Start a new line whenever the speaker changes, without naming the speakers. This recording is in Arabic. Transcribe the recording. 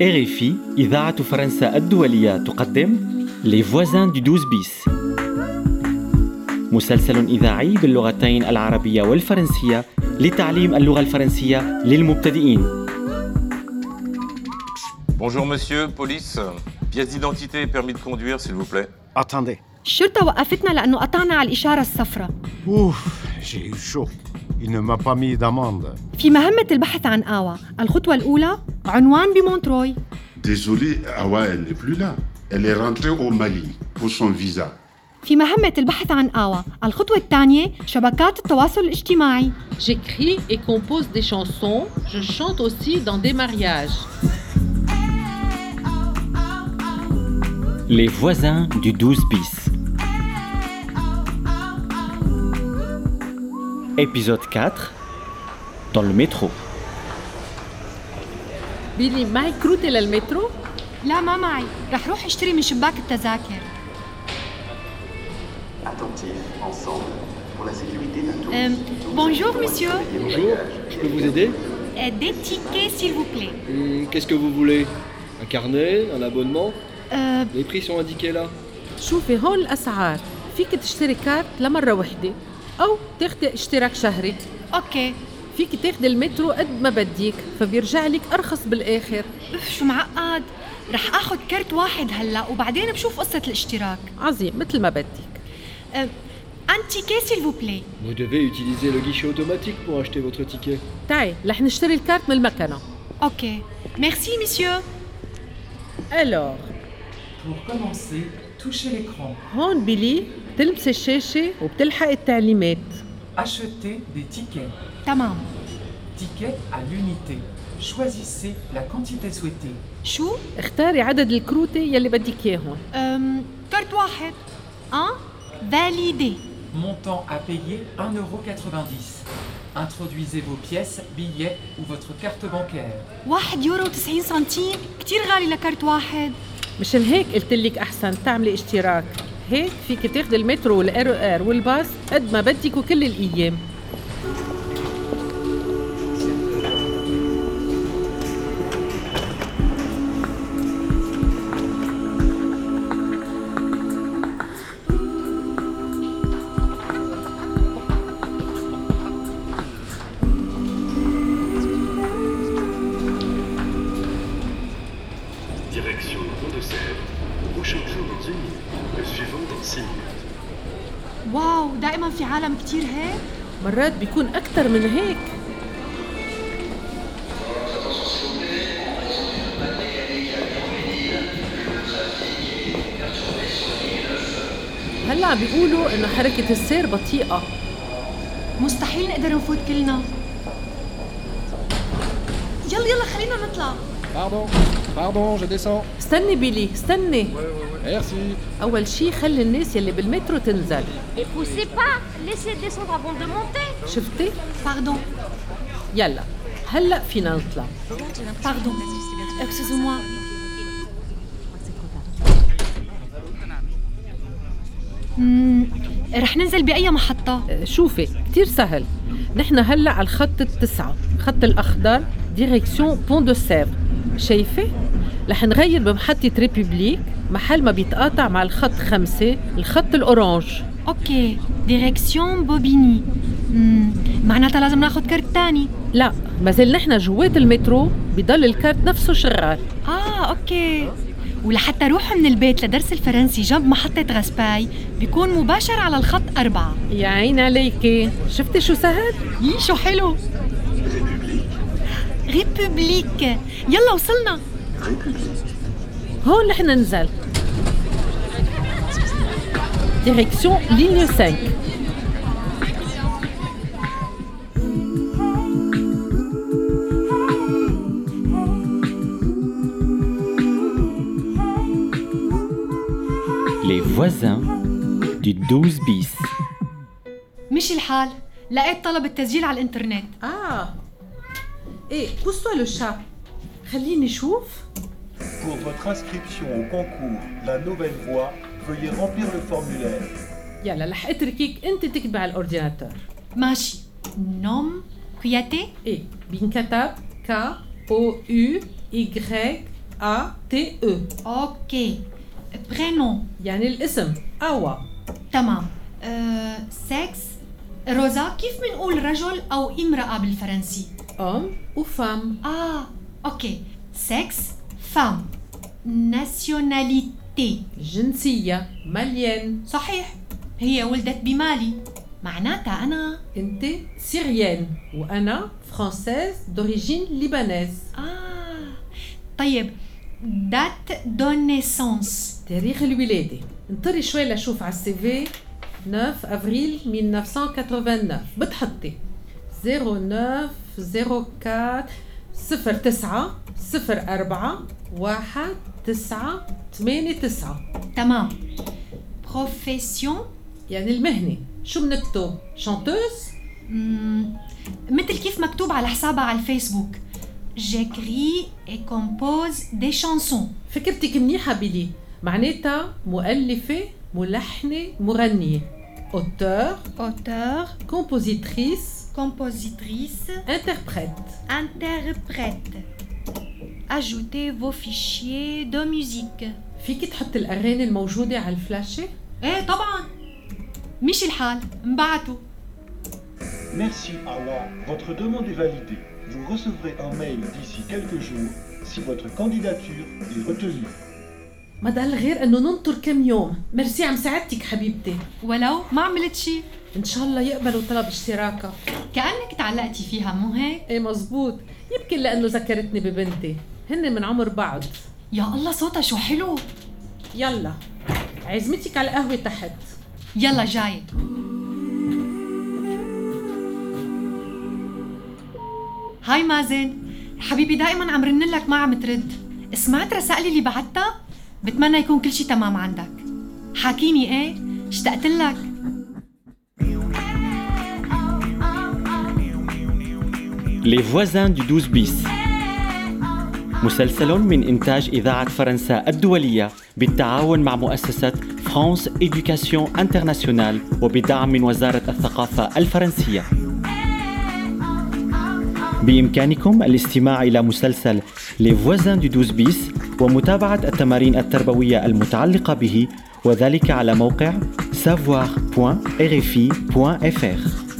RFI إذاعة فرنسا الدولية تقدم Les voisins du 12 bis مسلسل إذاعي باللغتين العربية والفرنسية لتعليم اللغة الفرنسية للمبتدئين
Bonjour monsieur, police. Pièce d'identité et permis de conduire, s'il vous plaît.
attendez.
الشرطة وقفتنا لأنه قطعنا على الإشارة الصفراء
Ouf, j'ai eu chaud. Il ne m'a pas mis d'amende.
في مهمة البحث عن آوى الخطوة الأولى عنوان بمونتروي
Désolé, Awa, elle n'est plus là. Elle est rentrée au Mali pour son visa.
في مهمة البحث عن آوى الخطوة الثانية شبكات التواصل الاجتماعي
J'écris et compose des chansons. Je chante aussi dans des mariages.
Les voisins du 12 bis Épisode 4 Dans le métro
Billy, معك كروت إلى المترو؟
لا ما معي رح روح اشتري من شباك التذاكر
Attentifs, ensemble, pour la sécurité d'un tour.
Euh, بونجور مسيو
Bonjour, je peux vous aider
دي تيكي سيل فو بلي
Hmm, Qu'est-ce que vous voulez Un carnet Un abonnement
Euh,
Les prix sont indiqués là.
شوفي هون الأسعار فيك تشتري كارت لمرة واحدة أو تاخدي اشتراك شهري
اوكي
فيك تاخدي المترو قد ما بديك فبيرجع لك أرخص بالآخر
اف شو معقد رح اخذ كرت واحد هلا وبعدين بشوف قصة الاشتراك
عظيم مثل ما بدك
Euh, انتي كي سيل فو بلي
Vous devez utiliser le guichet automatique pour acheter votre ticket.
تعي رح نشتري الكارت من المكنة
اوكي ميرسي مسيو
ألوغ
Pour commencer, touchez l'écran.
هون بيلي بتلمسي الشاشة وبتلحق التعليمات
Achetez des tickets.
تمام
Tickets à l'unité. Choisissez la quantité souhaitée.
شو؟
اختاري عدد الكروتة يلي بدك إياهم
أم، كرت واحد ان فاليدي
Montant à payer 1,90€. Introduisez vos pièces, billets ou votre carte bancaire.
واحد يورو وتسعين سنتيم كتير غالي لكرت واحد
مشان هيك قلت لك احسن تعملي اشتراك هيك فيك تاخدي المترو والار ار والباص قد ما بدك وكل الايام
Direction Pont de Sèvres. Prochain tour dans une minute. Le suivant dans six minutes.
واو دائما في عالم كتير هيك
مرات بيكون اكثر من هيك هلا عم بيقولوا انه حركه السير بطيئه
مستحيل نقدر نفوت كلنا يلا يلا خلينا نطلع
Pardon, pardon, je descends.
استني بيلي استني
Merci.
اول شي خلي الناس يلي بالمترو تنزل
Poussez pas Laissez descendre avant de monter
شفتي
باردون
يلا هلا فينا نطلع
باردون اكسكوزموا Hmm، رح ننزل بأي محطة؟
شوفي كتير سهل نحن هلا على الخط التسعة خط الأخضر ديريكسيون بون دو سيف شايفة؟ رح نغير بمحطة ريبوبليك محل ما بيتقاطع مع الخط خمسة الخط الأورانج
اوكي ديريكسيون بوبيني مم، Hmm، معناتها لازم ناخذ كرت تاني
لا مازال نحن جوات المترو بضل الكارت نفسه شغال
اه اوكي ولحتى روح من البيت لدرس الفرنسي جنب محطة غسباي بيكون مباشر على الخط أربعة
يا عين عليكي شفتي شو سهل؟
يي إيه، شو حلو ريبوبليك يلا وصلنا
هون رح ننزل ديريكسيون لينيو 5
Les voisins du 12 bis
مشي الحال لقيت طلب التسجيل على الانترنت
اه ايه بوسوا لو شا خليني شوف
Pour votre inscription au concours La Nouvelle Voie, veuillez remplir le formulaire.
يلا رح اتركك انت تكتبي على الاورديناتور
ماشي نوم كوياتي
ايه بينكتب ك او يو Y-A-T-E
اوكي برينون
E. يعني الاسم أوا
تمام أه سكس روزا كيف بنقول رجل او امراه بالفرنسي
homme ou femme
اه اوكي سكس فام ناسيوناليتي
جنسية ماليان
صحيح هي ولدت بمالي معناتها انا
أنت سيريenne وأنا française d'origine libanaise
اه طيب دات دون نيسانس
تاريخ الولادة انطري شوي لشوف على السي في 9 افريل 1989 بتحطي 09 04 09 04 1 9 8 9
تمام بروفيسيون
يعني المهنة شو بنكتب؟ شانتوز؟
مم، مثل كيف مكتوب على حسابها على الفيسبوك J'écris et compose des chansons.
فكرتك منيحة بيلي معناتها مؤلفة ملحنة مغنية auteur
Auteur,
compositrice
compositrice,
interprète
interprète. Ajoutez vos fichiers de musique.
فيك تحط الأغاني الموجودة على الفلاشة؟
ايه طبعا مشي الحال مبعتوا
Merci Awa, votre demande est validée. Vous recevrez un mail d'ici quelques jours si votre candidature est retenue.
ما ضل غير انه ننطر كم يوم ميرسي عم ساعدتك حبيبتي
ولو ما عملت شي
ان شاء الله يقبلوا طلب اشتراكها
كأنك تعلقتي فيها مو هيك
ايه مزبوط يمكن لانه ذكرتني ببنتي هن من عمر بعض
يا الله صوتها شو حلو
يلا عزمتك على القهوه تحت
يلا جاي هاي مازن حبيبي دائما عم رن لك ما عم ترد سمعت رسائلي اللي بعتها بتمنى يكون كل شيء تمام عندك حاكيني ايه اشتقت لك
Les voisins du 12 bis مسلسل من إنتاج إذاعة فرنسا الدولية بالتعاون مع مؤسسة فرانس إدوكاسيون انترناسيونال وبدعم من وزارة الثقافة الفرنسية بإمكانكم الاستماع إلى مسلسل Les voisins du 12 bis ومتابعة التمارين التربوية المتعلقة به وذلك على موقع savoir.rfi.fr